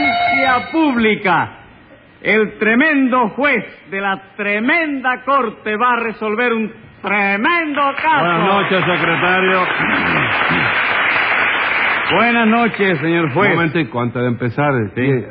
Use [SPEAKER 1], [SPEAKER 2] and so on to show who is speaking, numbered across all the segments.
[SPEAKER 1] Vía pública. El tremendo juez de la tremenda corte va a resolver un tremendo caso.
[SPEAKER 2] Buenas noches, secretario.
[SPEAKER 1] Buenas noches, señor
[SPEAKER 2] Un
[SPEAKER 1] juez.
[SPEAKER 2] momentico, antes de empezar, eh,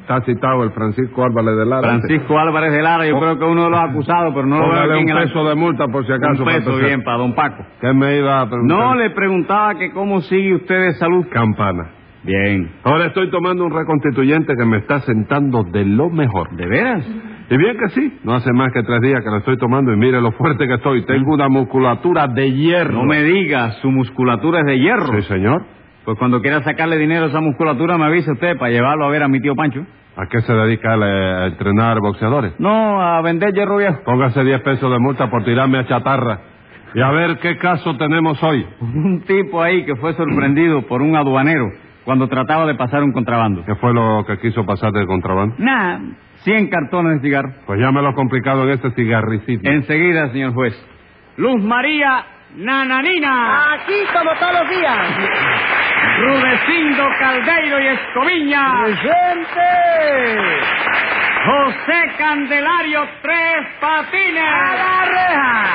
[SPEAKER 2] está citado el Francisco Álvarez de Lara.
[SPEAKER 1] Francisco Álvarez de Lara, yo
[SPEAKER 2] Oh.
[SPEAKER 1] creo que uno de los acusados, pero no lo veo
[SPEAKER 2] Póngale
[SPEAKER 1] aquí
[SPEAKER 2] un
[SPEAKER 1] en el...
[SPEAKER 2] peso de multa por si acaso.
[SPEAKER 1] Un
[SPEAKER 2] para
[SPEAKER 1] peso,
[SPEAKER 2] empezar.
[SPEAKER 1] bien, para don Paco.
[SPEAKER 2] ¿Qué me iba a preguntar?
[SPEAKER 1] No le preguntaba que cómo sigue usted de salud.
[SPEAKER 2] Campana.
[SPEAKER 1] Bien.
[SPEAKER 2] Ahora estoy tomando un reconstituyente que me está sentando de lo mejor.
[SPEAKER 1] ¿De veras?
[SPEAKER 2] Y bien que sí, no hace más que tres días que lo estoy tomando y mire lo fuerte que estoy. Tengo una musculatura de hierro.
[SPEAKER 1] No me diga, su musculatura es de hierro.
[SPEAKER 2] Sí, señor.
[SPEAKER 1] Pues cuando quiera sacarle dinero a esa musculatura me avisa usted para llevarlo a ver a mi tío Pancho.
[SPEAKER 2] ¿A qué se dedica él, eh, a entrenar boxeadores?
[SPEAKER 1] No, a vender hierro viejo.
[SPEAKER 2] Póngase 10 pesos de multa por tirarme a chatarra. Y a ver qué caso tenemos hoy.
[SPEAKER 1] Un tipo ahí que fue sorprendido por un aduanero cuando trataba de pasar un contrabando.
[SPEAKER 2] ¿Qué fue lo que quiso pasar de contrabando?
[SPEAKER 1] Nah, 100 cartones de cigarro.
[SPEAKER 2] Pues ya me lo complicado en este cigarricito.
[SPEAKER 1] Enseguida, señor juez. Luz María Nananina,
[SPEAKER 3] Aquí como todos los días.
[SPEAKER 1] Rudecindo Caldeiro y Escoviña,
[SPEAKER 3] ¡Presente!
[SPEAKER 1] José Candelario Tres
[SPEAKER 3] ¡A
[SPEAKER 1] Patines.
[SPEAKER 3] la reja!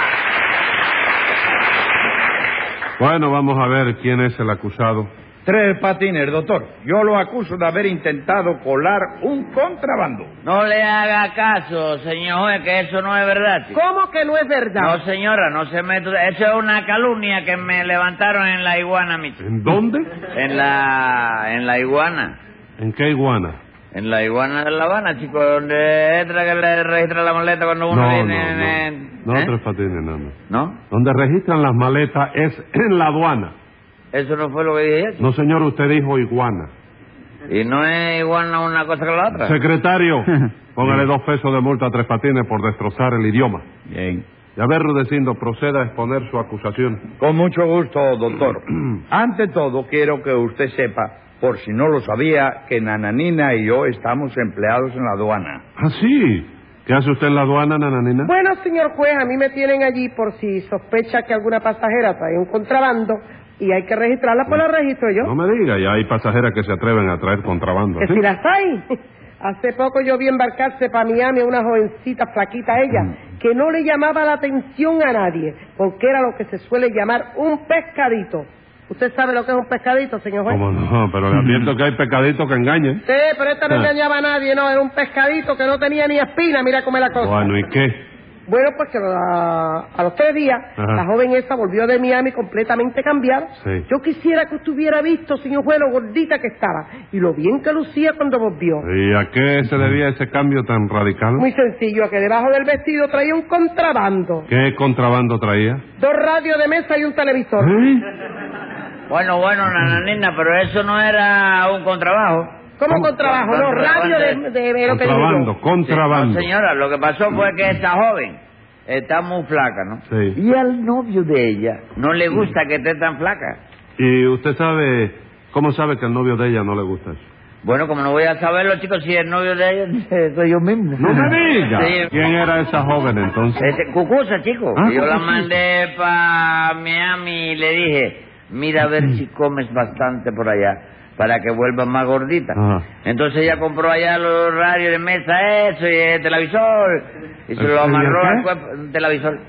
[SPEAKER 2] Bueno, vamos a ver quién es el acusado.
[SPEAKER 4] Tres patines, doctor. Yo lo acuso de haber intentado colar un contrabando.
[SPEAKER 5] No le haga caso, señor juez, que eso no es verdad. chico.
[SPEAKER 3] ¿Cómo que no es verdad?
[SPEAKER 5] No, señora, no se meta. Eso es una calumnia que me levantaron en la iguana, mi chico.
[SPEAKER 2] ¿En dónde?
[SPEAKER 5] En la... en la iguana.
[SPEAKER 2] ¿En qué iguana?
[SPEAKER 5] En la iguana de La Habana, chico, donde entra que le registra la maleta cuando uno viene en... en-
[SPEAKER 2] No,
[SPEAKER 5] ¿Eh?
[SPEAKER 2] Tres Patines, no, no.
[SPEAKER 5] ¿No?
[SPEAKER 2] Donde registran las maletas es en la aduana.
[SPEAKER 5] Eso no fue lo que dije, chico.
[SPEAKER 2] No, señor, usted dijo iguana.
[SPEAKER 5] Y no es iguana una cosa que la otra.
[SPEAKER 2] Secretario, póngale dos pesos de multa a Tres Patines por destrozar el idioma.
[SPEAKER 1] Bien.
[SPEAKER 2] Y a ver, Rudecindo, proceda a exponer su acusación.
[SPEAKER 4] Con mucho gusto, doctor. Ante todo, quiero que usted sepa, por si no lo sabía, que Nananina y yo estamos empleados en la aduana.
[SPEAKER 2] Ah, sí. ¿Qué hace usted en la aduana, nananina?
[SPEAKER 3] Bueno, señor juez, a mí me tienen allí por si sospecha que alguna pasajera trae un contrabando y hay que registrarla, pues la registro yo.
[SPEAKER 2] No me diga, ya hay pasajeras que se atreven a traer contrabando.
[SPEAKER 3] Que
[SPEAKER 2] ¿sí?
[SPEAKER 3] si las hay. Hace poco yo vi embarcarse para Miami a una jovencita flaquita ella,
[SPEAKER 2] Mm.
[SPEAKER 3] que no le llamaba la atención a nadie, porque era lo que se suele llamar un pescadito. ¿Usted sabe lo que es un pescadito, señor juez?
[SPEAKER 2] ¿Cómo no? Pero le advierto que hay pecaditos que engañen.
[SPEAKER 3] Sí, pero esta no
[SPEAKER 2] Ah.
[SPEAKER 3] engañaba a nadie, no, era un pescadito que no tenía ni espina, mira cómo es la cosa.
[SPEAKER 2] Bueno, ¿y qué?
[SPEAKER 3] Bueno, pues que la- a los tres días,
[SPEAKER 2] Ajá.
[SPEAKER 3] la joven esa volvió de Miami completamente cambiada.
[SPEAKER 2] Sí.
[SPEAKER 3] Yo quisiera que usted hubiera visto, señor juez, lo gordita que estaba y lo bien que lucía cuando volvió.
[SPEAKER 2] ¿Y a qué se debía ese cambio tan radical?
[SPEAKER 3] Muy sencillo, que debajo del vestido traía un contrabando,
[SPEAKER 2] ¿Qué contrabando traía?
[SPEAKER 3] dos radios de mesa y un televisor.
[SPEAKER 2] ¿Eh?
[SPEAKER 5] Bueno, bueno, nananina, pero eso no era un contrabajo.
[SPEAKER 3] ¿Cómo contrabando? No, radio de, de, de lo que digo yo.
[SPEAKER 2] Contrabando,
[SPEAKER 5] Sí, no,
[SPEAKER 2] contrabando.
[SPEAKER 5] señora, lo que pasó fue que esta joven está muy flaca, ¿no?
[SPEAKER 2] Sí.
[SPEAKER 5] Y al novio de ella no le gusta que esté tan flaca.
[SPEAKER 2] ¿Y usted sabe, cómo sabe que al novio de ella no le gusta eso?
[SPEAKER 5] Bueno, como no voy a saberlo, chicos, si el novio de ella soy yo mismo.
[SPEAKER 2] ¡No me diga!
[SPEAKER 5] Sí.
[SPEAKER 2] ¿Quién era esa joven entonces?
[SPEAKER 5] Este, cucusa, chico.
[SPEAKER 2] Ah,
[SPEAKER 5] yo la
[SPEAKER 2] Cucusa.
[SPEAKER 5] mandé para Miami y le dije, mira a ver si comes bastante por allá para que vuelvas más gordita.
[SPEAKER 2] Ajá.
[SPEAKER 5] Entonces ella compró allá los radios de mesa, eso, y el televisor, y se
[SPEAKER 2] ¿El- el
[SPEAKER 5] lo amarró
[SPEAKER 2] qué?
[SPEAKER 5] al cuerpo. un Televisor.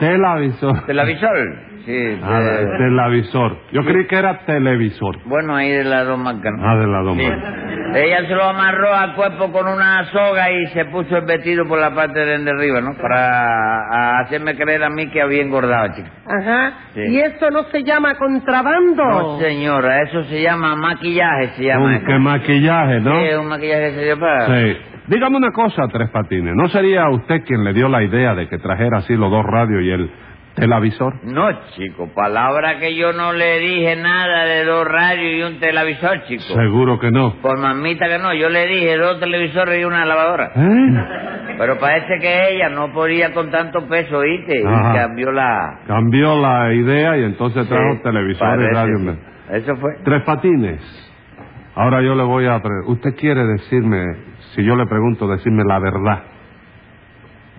[SPEAKER 2] Televisor.
[SPEAKER 5] Televisor, sí.
[SPEAKER 2] Ah,
[SPEAKER 5] eh,
[SPEAKER 2] de- televisor. Yo creí que era televisor.
[SPEAKER 5] Bueno, ahí de la dos marcas, ¿no?
[SPEAKER 2] Ah, de la
[SPEAKER 5] Sí.
[SPEAKER 2] doma.
[SPEAKER 5] Ella se lo amarró al cuerpo con una soga y se puso el vestido por la parte de de arriba, ¿no? Para a- hacerme creer a mí que había engordado, chico.
[SPEAKER 3] Ajá.
[SPEAKER 5] Sí.
[SPEAKER 3] ¿Y eso no se llama contrabando?
[SPEAKER 5] No, señora, eso se llama maquillaje, se llama.
[SPEAKER 2] Con
[SPEAKER 5] eso.
[SPEAKER 2] qué maquillaje, ¿no?
[SPEAKER 5] Sí, es un maquillaje que se dio para...
[SPEAKER 2] Sí. Dígame una cosa, Tres Patines. ¿No sería usted quien le dio la idea de que trajera así los dos radios y el televisor?
[SPEAKER 5] No, chico, palabra que yo no le dije nada de dos radios y un televisor, chico.
[SPEAKER 2] Seguro que no.
[SPEAKER 5] Por mamita que no, yo le dije dos televisores y una lavadora.
[SPEAKER 2] ¿Eh?
[SPEAKER 5] Pero parece que ella no podía con tanto peso, ¿oíste?
[SPEAKER 2] Ajá.
[SPEAKER 5] Y cambió la...
[SPEAKER 2] Cambió la idea y entonces trajo
[SPEAKER 5] Sí,
[SPEAKER 2] televisor y
[SPEAKER 5] parece,
[SPEAKER 2] radio.
[SPEAKER 5] sí. Eso fue.
[SPEAKER 2] Tres Patines. Ahora yo le voy a... pre- Usted quiere decirme, si yo le pregunto, decirme la verdad.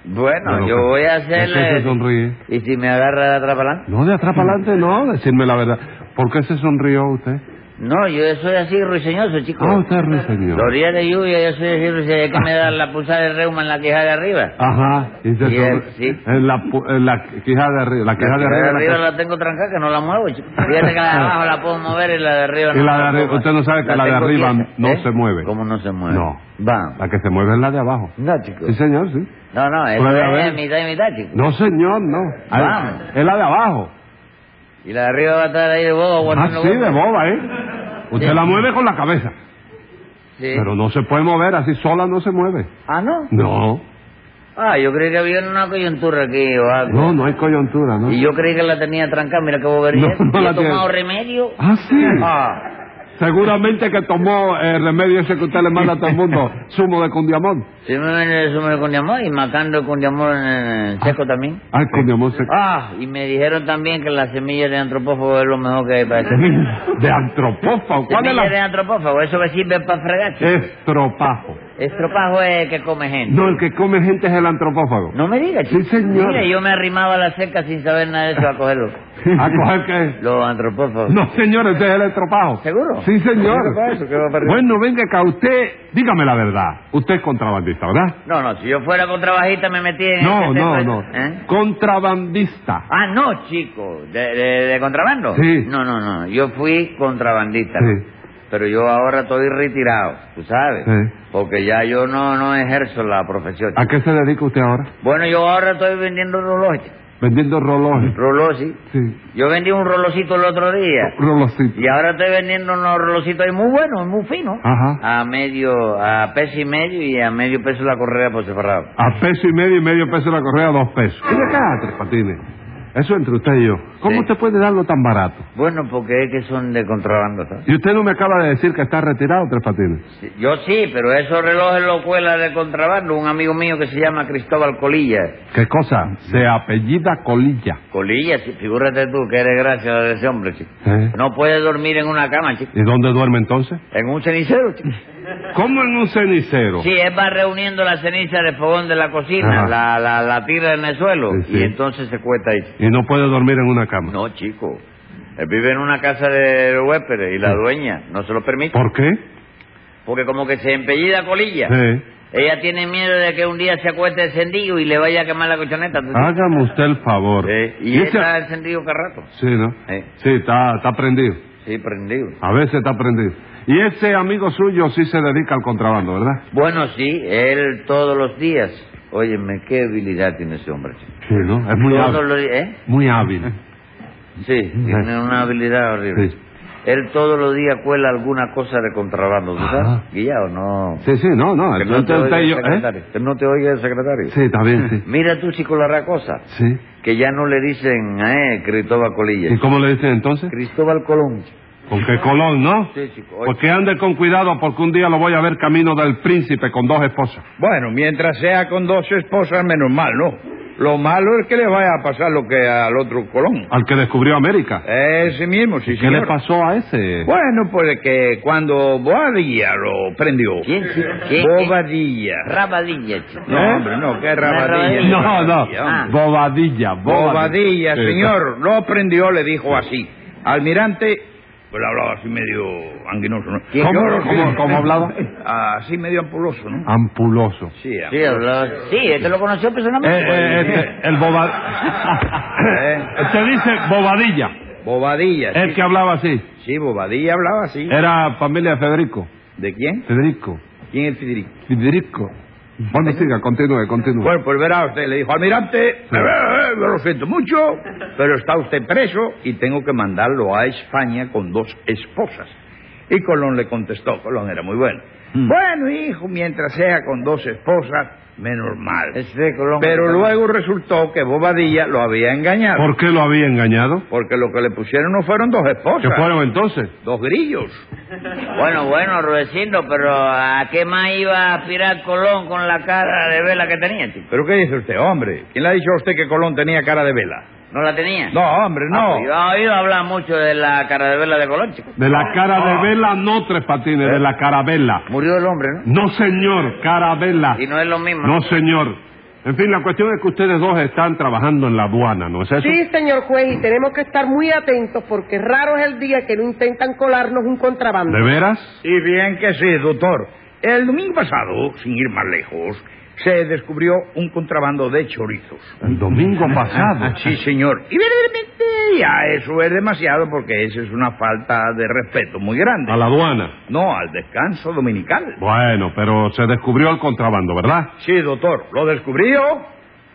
[SPEAKER 5] Bueno,
[SPEAKER 2] Claro,
[SPEAKER 5] yo
[SPEAKER 2] pero-
[SPEAKER 5] voy a
[SPEAKER 2] ¿Por qué se
[SPEAKER 5] hacerle...
[SPEAKER 2] sonríe?
[SPEAKER 5] ¿Y si me agarra de atrás para adelante?
[SPEAKER 2] No, de atrás para adelante no, decirme la verdad. ¿Por qué se sonrió usted?
[SPEAKER 5] No, yo soy así ruiseñoso, chico.
[SPEAKER 2] Ah, usted es ruiseñor.
[SPEAKER 5] Los días de lluvia yo soy así ruiseñoso. Es que me da la pulsada de reuma en la quijada de arriba.
[SPEAKER 2] Ah, Ajá. Y se
[SPEAKER 5] Y él,
[SPEAKER 2] sobre-
[SPEAKER 5] sí.
[SPEAKER 2] en la, pu- en la quijada de arriba. La quijada de arriba.
[SPEAKER 5] de
[SPEAKER 2] de la
[SPEAKER 5] arriba
[SPEAKER 2] ca-
[SPEAKER 5] la tengo trancada, que no la muevo, chico. Fíjate que la de abajo la puedo mover y la de arriba no
[SPEAKER 2] Y la de
[SPEAKER 5] puedo
[SPEAKER 2] arriba,
[SPEAKER 5] mover.
[SPEAKER 2] usted no sabe que la de
[SPEAKER 5] tengo
[SPEAKER 2] arriba
[SPEAKER 5] quieta,
[SPEAKER 2] no
[SPEAKER 5] ¿eh?
[SPEAKER 2] se mueve.
[SPEAKER 5] ¿Cómo no se mueve?
[SPEAKER 2] No.
[SPEAKER 5] Va.
[SPEAKER 2] La que se mueve es la de abajo.
[SPEAKER 5] No, chico.
[SPEAKER 2] Sí, señor, sí.
[SPEAKER 5] No, no, eso
[SPEAKER 2] Puede haber.
[SPEAKER 5] es mitad y mitad, chico.
[SPEAKER 2] No, señor, no. Ah,
[SPEAKER 5] Vamos.
[SPEAKER 2] Es la de abajo.
[SPEAKER 5] Y la de arriba va a estar ahí de bobo
[SPEAKER 2] Ah,
[SPEAKER 5] aguantando
[SPEAKER 2] sí,
[SPEAKER 5] bobo.
[SPEAKER 2] de boba, ¿eh? Usted
[SPEAKER 5] Sí.
[SPEAKER 2] la mueve con la cabeza.
[SPEAKER 5] Sí.
[SPEAKER 2] Pero no se puede mover, así sola no se mueve.
[SPEAKER 5] Ah, ¿no?
[SPEAKER 2] No.
[SPEAKER 5] Ah, yo creí que había una coyuntura aquí o algo.
[SPEAKER 2] No, no hay coyuntura, ¿no?
[SPEAKER 5] Y yo creí que la tenía trancada, mira qué bobería.
[SPEAKER 2] No, no
[SPEAKER 5] ¿Y
[SPEAKER 2] la
[SPEAKER 5] he tomado
[SPEAKER 2] tiene.
[SPEAKER 5] remedio?
[SPEAKER 2] Ah, sí.
[SPEAKER 5] Ah,
[SPEAKER 2] Seguramente que tomó el remedio ese que usted le manda a todo el mundo, zumo de condiamón.
[SPEAKER 5] sí me viene el sumo de condiamón y macando condiamón en el seco también.
[SPEAKER 2] Ay, condiamón se...
[SPEAKER 5] Ah, y me dijeron también que la semilla de antropófago es lo mejor que hay para este.
[SPEAKER 2] De antropófago. ¿Cuál es
[SPEAKER 5] Semilla de
[SPEAKER 2] la...?
[SPEAKER 5] antropófago, eso que sirve para fregar. chico.
[SPEAKER 2] Estropajo.
[SPEAKER 5] Estropajo es el que come gente.
[SPEAKER 2] No, el que come gente es el antropófago.
[SPEAKER 5] No me digas,
[SPEAKER 2] Sí, señor.
[SPEAKER 5] Mira, yo me arrimaba a la cerca sin saber nada de eso a cogerlo.
[SPEAKER 2] ¿A coger qué?
[SPEAKER 5] Los antropófagos.
[SPEAKER 2] No, señor, ese es el estropajo.
[SPEAKER 5] ¿Seguro?
[SPEAKER 2] Sí, señor.
[SPEAKER 5] ¿Qué pasa? ¿Qué va a perder?
[SPEAKER 2] Bueno, venga acá, usted... Dígame la verdad. Usted es contrabandista, ¿verdad?
[SPEAKER 5] No, no, si yo fuera contrabajista me metía en
[SPEAKER 2] No,
[SPEAKER 5] este
[SPEAKER 2] no,
[SPEAKER 5] tema.
[SPEAKER 2] no.
[SPEAKER 5] ¿Eh?
[SPEAKER 2] Contrabandista.
[SPEAKER 5] Ah, no, chico. ¿De, de, de contrabando?
[SPEAKER 2] Sí.
[SPEAKER 5] No, no, no. Yo fui contrabandista.
[SPEAKER 2] Sí.
[SPEAKER 5] Pero yo ahora estoy retirado, tú sabes.
[SPEAKER 2] Sí. Ah.
[SPEAKER 5] Porque ya yo no, no ejerzo la profesión.
[SPEAKER 2] ¿A qué se dedica usted ahora?
[SPEAKER 5] Bueno, yo ahora estoy vendiendo relojes.
[SPEAKER 2] Vendiendo relojes.
[SPEAKER 5] Relojes, sí.
[SPEAKER 2] Sí.
[SPEAKER 5] Yo vendí un rolocito el otro día.
[SPEAKER 2] Relojito.
[SPEAKER 5] Y ahora estoy vendiendo unos rolocitos ahí muy buenos, muy finos.
[SPEAKER 2] Ajá.
[SPEAKER 5] A medio, a peso y medio y a medio peso la correa pues por separado.
[SPEAKER 2] A peso y medio y medio peso la correa, dos pesos. Mira acá, Tres Patines. Eso entre usted y yo. ¿Cómo
[SPEAKER 5] Sí.
[SPEAKER 2] usted puede darlo tan barato?
[SPEAKER 5] Bueno, porque es que son de contrabando, ¿sabes?
[SPEAKER 2] Y usted no me acaba de decir que está retirado, Tres Patines.
[SPEAKER 5] Sí, Yo sí, pero esos relojes lo cuela de contrabando un amigo mío que se llama Cristóbal Colilla.
[SPEAKER 2] ¿Qué cosa? Se apellida Colilla.
[SPEAKER 5] Colilla, sí, figúrate tú que eres gracia de ese hombre, chico.
[SPEAKER 2] ¿Eh?
[SPEAKER 5] No puede dormir en una cama, chico.
[SPEAKER 2] ¿Y dónde duerme entonces?
[SPEAKER 5] En un cenicero, chico.
[SPEAKER 2] ¿Cómo en un cenicero?
[SPEAKER 5] Sí, él va reuniendo la ceniza del fogón de la cocina,
[SPEAKER 2] Ajá.
[SPEAKER 5] la, la, la tira en el suelo
[SPEAKER 2] Sí, sí.
[SPEAKER 5] y entonces se cuesta ahí.
[SPEAKER 2] Y no puede dormir en una cama.
[SPEAKER 5] No, chico. Él vive en una casa de huéspedes y la
[SPEAKER 2] Sí.
[SPEAKER 5] dueña no se lo permite.
[SPEAKER 2] ¿Por qué?
[SPEAKER 5] Porque como que se empellida colilla.
[SPEAKER 2] Sí.
[SPEAKER 5] Ella tiene miedo de que un día se acueste encendido y le vaya a quemar la colchoneta. ¿tú sabes?
[SPEAKER 2] Hágame usted el favor.
[SPEAKER 5] Sí, Y,
[SPEAKER 2] Y
[SPEAKER 5] él
[SPEAKER 2] ese-
[SPEAKER 5] está encendido cada rato.
[SPEAKER 2] Sí, ¿no?
[SPEAKER 5] Sí.
[SPEAKER 2] Sí, está, está prendido.
[SPEAKER 5] Sí, prendido.
[SPEAKER 2] A veces está prendido. Y ese amigo suyo sí se dedica al contrabando, ¿verdad?
[SPEAKER 5] Bueno, sí, él todos los días. Óyeme, qué habilidad tiene ese hombre. chico.
[SPEAKER 2] Sí, ¿no? Es muy
[SPEAKER 5] todos
[SPEAKER 2] hábil.
[SPEAKER 5] los días, ¿eh?
[SPEAKER 2] Muy hábil.
[SPEAKER 5] Sí, tiene una habilidad horrible.
[SPEAKER 2] Sí.
[SPEAKER 5] Él todos los días cuela alguna cosa de contrabando, ¿tú
[SPEAKER 2] Ajá.
[SPEAKER 5] sabes? Guillao, no...
[SPEAKER 2] Sí, sí, no, no.
[SPEAKER 5] Que no, te
[SPEAKER 2] entonces
[SPEAKER 5] oiga
[SPEAKER 2] usted
[SPEAKER 5] el
[SPEAKER 2] y yo, ¿eh?
[SPEAKER 5] secretario. Que no te oiga el secretario.
[SPEAKER 2] Sí, está bien, sí.
[SPEAKER 5] Mira tú, chico, la cosa,
[SPEAKER 2] Sí.
[SPEAKER 5] que ya no le dicen a él Cristóbal Colilla.
[SPEAKER 2] ¿Y cómo le dicen entonces?
[SPEAKER 5] Cristóbal Colón.
[SPEAKER 2] Con qué Colón, ¿no?
[SPEAKER 5] Sí, chico. oye.
[SPEAKER 2] Porque ande con cuidado, porque un día lo voy a ver camino del príncipe con dos esposas.
[SPEAKER 4] Bueno, mientras sea con dos esposas, menos mal, ¿no? Lo malo es que le vaya a pasar lo que al otro Colón.
[SPEAKER 2] Al que descubrió América.
[SPEAKER 4] Ese mismo, Eh, sí,
[SPEAKER 2] ¿Qué le
[SPEAKER 4] señor.
[SPEAKER 2] pasó a ese?
[SPEAKER 4] Bueno, pues que cuando Bobadilla lo prendió.
[SPEAKER 5] ¿Quién, chico? ¿Quién?
[SPEAKER 4] Bobadilla.
[SPEAKER 5] Rabadilla, chico.
[SPEAKER 4] No,
[SPEAKER 2] ¿Eh?
[SPEAKER 4] hombre, no, qué
[SPEAKER 5] rabadilla.
[SPEAKER 4] rabadilla.
[SPEAKER 2] No, no.
[SPEAKER 4] Rabadilla, hombre.
[SPEAKER 2] Bobadilla, bobadilla.
[SPEAKER 4] Bobadilla,
[SPEAKER 2] Sí,
[SPEAKER 4] señor, lo prendió, le dijo así. Almirante, pues le hablaba así medio anguinoso, ¿no?
[SPEAKER 2] ¿Quién? ¿Cómo- cómo- cómo hablaba? Ah.
[SPEAKER 4] Así medio ampuloso, ¿no?
[SPEAKER 2] Ampuloso.
[SPEAKER 4] Sí,
[SPEAKER 5] Sí, hablaba- sí, este lo conoció
[SPEAKER 2] Eh,
[SPEAKER 5] personalmente.
[SPEAKER 2] eh, este, el bobadilla. Se dice bobadilla.
[SPEAKER 4] Bobadilla, Eh, sí.
[SPEAKER 2] El que hablaba así.
[SPEAKER 4] Sí, Bobadilla hablaba así.
[SPEAKER 2] Era familia de Federico.
[SPEAKER 4] ¿De quién?
[SPEAKER 2] Federico.
[SPEAKER 4] ¿Quién es Federico?
[SPEAKER 2] Federico. Bueno, siga, continúe, continúe.
[SPEAKER 4] Bueno, pues verá usted, le dijo, almirante, eh, eh, yo lo siento mucho, pero está usted preso y tengo que mandarlo a España con dos esposas. Y Colón le contestó, Colón era muy bueno.
[SPEAKER 2] Mm.
[SPEAKER 4] Bueno, hijo, mientras sea con dos esposas, menos mal.
[SPEAKER 5] Ese Este Colón.
[SPEAKER 4] Pero luego resultó que Bobadilla lo había engañado.
[SPEAKER 2] ¿Por qué lo había engañado?
[SPEAKER 4] Porque lo que le pusieron no fueron dos esposas,
[SPEAKER 2] ¿Qué fueron entonces?
[SPEAKER 4] dos grillos.
[SPEAKER 5] Bueno, bueno, Rudecindo, pero ¿a qué más iba a aspirar Colón con la cara de vela que tenía, chico?
[SPEAKER 4] ¿Pero qué dice usted, hombre? ¿Quién le ha dicho a usted que Colón tenía cara de vela?
[SPEAKER 5] ¿No la tenía?
[SPEAKER 4] No, hombre,
[SPEAKER 5] Ah,
[SPEAKER 4] no.
[SPEAKER 5] pues yo he oído hablar mucho de la cara de vela de Colón, chico.
[SPEAKER 2] De
[SPEAKER 4] Ah,
[SPEAKER 2] la cara de vela, no tres patines,
[SPEAKER 4] Eh.
[SPEAKER 2] de la carabela.
[SPEAKER 5] Murió el hombre, ¿no?
[SPEAKER 2] No, señor, carabela.
[SPEAKER 5] Y no es lo mismo.
[SPEAKER 2] No, señor. En fin, la cuestión es que ustedes dos están trabajando en la aduana, ¿no es eso?
[SPEAKER 3] Sí, señor juez, y tenemos que estar muy atentos porque raro es el día que no intentan colarnos un contrabando.
[SPEAKER 2] ¿De veras?
[SPEAKER 4] Y bien que sí, doctor. El domingo pasado, sin ir más lejos, se descubrió un contrabando de chorizos.
[SPEAKER 2] El domingo pasado.
[SPEAKER 4] Sí, señor. Y verdaderamente ya eso es demasiado porque esa es una falta de respeto muy grande.
[SPEAKER 2] A la aduana.
[SPEAKER 4] No, al descanso dominical.
[SPEAKER 2] Bueno, pero se descubrió el contrabando, ¿verdad?
[SPEAKER 4] Sí, doctor, lo descubrí yo,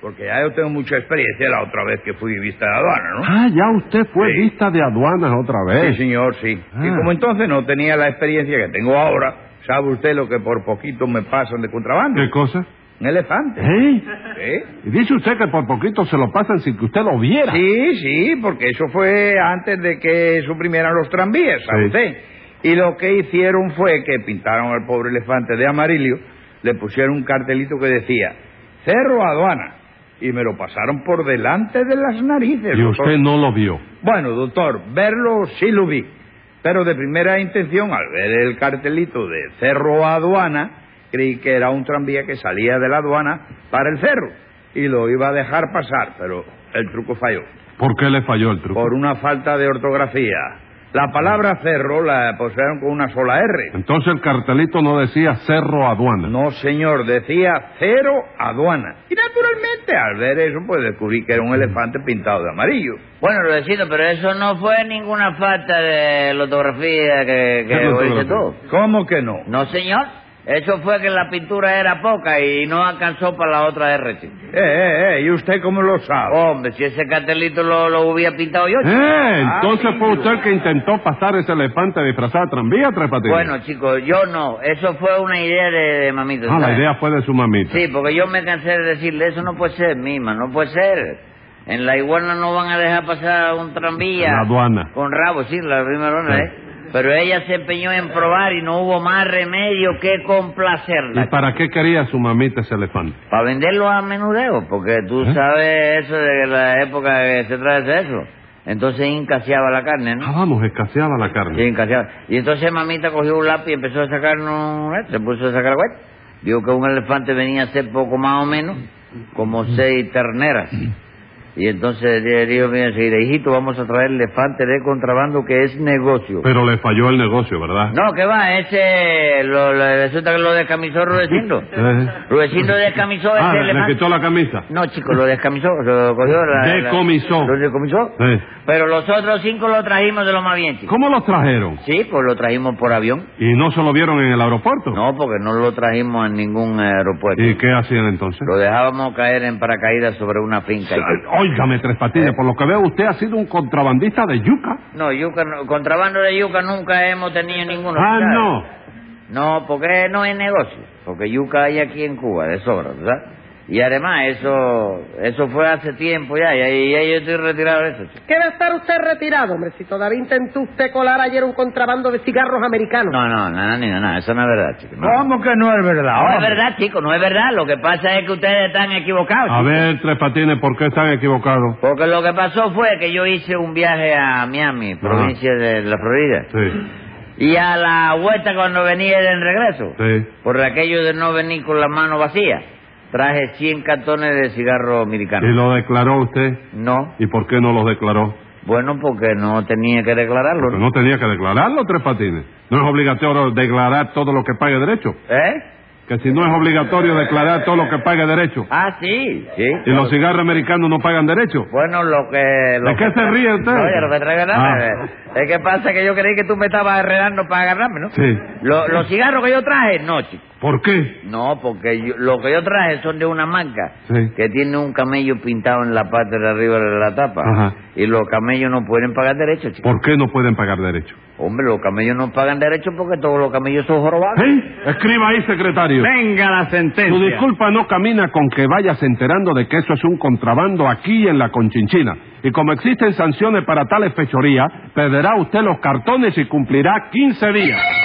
[SPEAKER 4] porque ya yo tengo mucha experiencia la otra vez que fui vista de aduana, ¿no?
[SPEAKER 2] Ah, ya usted fue
[SPEAKER 4] Sí.
[SPEAKER 2] vista de aduanas otra
[SPEAKER 4] Sí,
[SPEAKER 2] vez.
[SPEAKER 4] señor, sí.
[SPEAKER 2] Ah.
[SPEAKER 4] Y como entonces no tenía la experiencia que tengo ahora, ¿sabe usted lo que por poquito me pasan de contrabando?
[SPEAKER 2] ¿Qué cosa?
[SPEAKER 4] Un elefante.
[SPEAKER 2] ¿Eh?
[SPEAKER 4] ¿Eh?
[SPEAKER 2] Y dice usted que por poquito se lo pasan sin que usted lo viera.
[SPEAKER 4] Sí, sí, porque eso fue antes de que suprimieran los tranvías, ¿sabe
[SPEAKER 2] Sí.
[SPEAKER 4] usted? Y lo que hicieron fue que pintaron al pobre elefante de amarillo, le pusieron un cartelito que decía, cerro aduana, y me lo pasaron por delante de las narices.
[SPEAKER 2] Y
[SPEAKER 4] doctor.
[SPEAKER 2] usted no lo vio.
[SPEAKER 4] Bueno, doctor, verlo sí lo vi, pero de primera intención, al ver el cartelito de cerro aduana, creí que era un tranvía que salía de la aduana para el cerro, y lo iba a dejar pasar, pero el truco falló.
[SPEAKER 2] ¿Por qué le falló el truco?
[SPEAKER 4] Por una falta de ortografía. La palabra cerro la posearon con una sola R.
[SPEAKER 2] Entonces el cartelito no decía cerro aduana.
[SPEAKER 4] No, señor, decía cero aduana. Y naturalmente, al ver eso, pues descubrí que era un elefante pintado de amarillo.
[SPEAKER 5] Bueno, lo decido, pero eso no fue ninguna falta de lotografía que,
[SPEAKER 2] ¿Qué
[SPEAKER 5] que oíste tú.
[SPEAKER 2] lotografía?
[SPEAKER 4] ¿Cómo que no?
[SPEAKER 5] No, señor. Eso fue que la pintura era poca y no alcanzó para la otra R, chico.
[SPEAKER 4] Eh, eh, eh, ¿y usted cómo lo sabe?
[SPEAKER 5] Hombre, si ese cartelito lo, lo hubiera pintado yo. chico.
[SPEAKER 2] ¡Eh! Entonces
[SPEAKER 4] Ah,
[SPEAKER 2] fue
[SPEAKER 4] sí.
[SPEAKER 2] usted el que intentó pasar ese elefante disfrazado de tranvía, Tres Patines.
[SPEAKER 5] Bueno, chicos, yo no. Eso fue una idea de, de mamita.
[SPEAKER 2] Ah, la
[SPEAKER 5] ¿sabes?
[SPEAKER 2] idea fue de su mamita.
[SPEAKER 5] Sí, porque yo me cansé de decirle, eso no puede ser, mima, no puede ser. En la iguana no van a dejar pasar un tranvía.
[SPEAKER 2] En la aduana.
[SPEAKER 5] Con rabo, sí, la primera aduana,
[SPEAKER 2] Sí.
[SPEAKER 5] ¿eh? Pero ella se empeñó en probar y no hubo más remedio que complacerla.
[SPEAKER 2] ¿Y para qué quería su mamita ese elefante?
[SPEAKER 5] Para venderlo a menudeo, porque tú
[SPEAKER 2] ¿Eh?
[SPEAKER 5] sabes eso de la época que se trae de eso. Entonces incaseaba la carne,
[SPEAKER 2] Ah,
[SPEAKER 5] ¿no?
[SPEAKER 2] vamos, escaseaba la carne.
[SPEAKER 5] ¿Mm? Sí, incaseaba. Y entonces mamita cogió un lápiz y empezó a sacar, un- eh, se puso a sacar güey. Vio que un elefante venía a ser poco más o menos, como seis terneras. Y entonces le dijo, mira, enseguida, hijito, vamos a traer elefante de contrabando que es negocio.
[SPEAKER 2] Pero le falló el negocio, ¿verdad?
[SPEAKER 5] No, que va, ese, lo, lo- resulta que lo descamisó Rudecindo.
[SPEAKER 2] Eh.
[SPEAKER 5] Rudecindo descamisó
[SPEAKER 2] Ah, le,
[SPEAKER 5] ese
[SPEAKER 2] le
[SPEAKER 5] elefante.
[SPEAKER 2] quitó la camisa.
[SPEAKER 5] No, chico, lo descamisó, lo cogió. La, la-
[SPEAKER 2] Decomisó.
[SPEAKER 5] ¿Lo decomisó?
[SPEAKER 2] Sí.
[SPEAKER 5] Pero los otros cinco lo trajimos de lo más bien, chico.
[SPEAKER 2] Eh, ¿Cómo los trajeron?
[SPEAKER 5] Sí, pues lo trajimos por avión.
[SPEAKER 2] ¿Y no se lo vieron en el aeropuerto?
[SPEAKER 5] No, porque no lo trajimos en ningún aeropuerto.
[SPEAKER 2] ¿Y qué hacían entonces?
[SPEAKER 5] Lo dejábamos caer en paracaídas sobre una finca. y todo.
[SPEAKER 2] Ah, Óigame, Tres Patines, por lo que veo, usted ha sido un contrabandista de yuca.
[SPEAKER 5] Eh. No, yuca, no- contrabando de yuca nunca hemos tenido ninguno.
[SPEAKER 2] ah,
[SPEAKER 5] ¿sabes?
[SPEAKER 2] no.
[SPEAKER 5] No, porque no es negocio. Porque yuca hay aquí en Cuba, de sobra, ¿verdad? Y además, eso eso fue hace tiempo ya, ya, ya yo estoy retirado de eso. chico.
[SPEAKER 3] ¿Qué va a estar usted retirado, hombre, si todavía intentó usted colar ayer un contrabando de cigarros americanos?
[SPEAKER 5] No, no, nada, ni nada, eso no es verdad, chico. no.
[SPEAKER 4] ¿Cómo que no es verdad?
[SPEAKER 5] No es
[SPEAKER 4] hombre?
[SPEAKER 5] verdad, chicos, no es verdad. Lo que pasa es que ustedes están equivocados.
[SPEAKER 2] A
[SPEAKER 5] chicos.
[SPEAKER 2] ver, Tres Patines, ¿por qué están equivocados?
[SPEAKER 5] Porque lo que pasó fue que yo hice un viaje a Miami, provincia de la Florida.
[SPEAKER 2] Sí,
[SPEAKER 5] Y a la vuelta cuando venía en regreso,
[SPEAKER 2] sí.
[SPEAKER 5] por aquello de no venir con la mano vacía, traje 100 cartones de cigarro
[SPEAKER 2] ¿Y
[SPEAKER 5] americano.
[SPEAKER 2] lo declaró usted?
[SPEAKER 5] No,
[SPEAKER 2] ¿Y por qué no los declaró?
[SPEAKER 5] bueno, porque no tenía que declararlo.
[SPEAKER 2] Porque no tenía que declararlo, Tres Patines. No es obligatorio declarar todo lo que pague derecho.
[SPEAKER 5] ¿Eh?
[SPEAKER 2] Que si no es obligatorio declarar todo lo que pague derecho.
[SPEAKER 5] Ah, sí, sí.
[SPEAKER 2] ¿Y los cigarros americanos no pagan derecho?
[SPEAKER 5] Bueno, lo que... Lo
[SPEAKER 2] ¿De qué
[SPEAKER 5] que-
[SPEAKER 2] se ríe usted?
[SPEAKER 5] No, yo no me traigo nada.
[SPEAKER 2] Ah.
[SPEAKER 5] Es que pasa que yo creí que tú me estabas enredando para agarrarme, ¿no?
[SPEAKER 2] Sí.
[SPEAKER 5] Lo- los cigarros que yo traje, no, chico.
[SPEAKER 2] ¿Por qué?
[SPEAKER 5] No, porque yo- lo que yo traje son de una marca
[SPEAKER 2] Sí.
[SPEAKER 5] que tiene un camello pintado en la parte de arriba de la tapa.
[SPEAKER 2] Ajá.
[SPEAKER 5] Y los camellos no pueden pagar derecho, chico.
[SPEAKER 2] ¿Por qué no pueden pagar derecho?
[SPEAKER 5] Hombre, los camellos no pagan derecho porque todos los camellos son jorobados.
[SPEAKER 2] ¿Eh? Escriba ahí, secretario.
[SPEAKER 1] Venga la
[SPEAKER 2] Tu
[SPEAKER 1] sentencia.
[SPEAKER 2] disculpa no camina con que vayas enterando de que eso es un contrabando aquí en la Conchinchina. Y como existen sanciones para tales fechorías, perderá usted los cartones y cumplirá 15 días.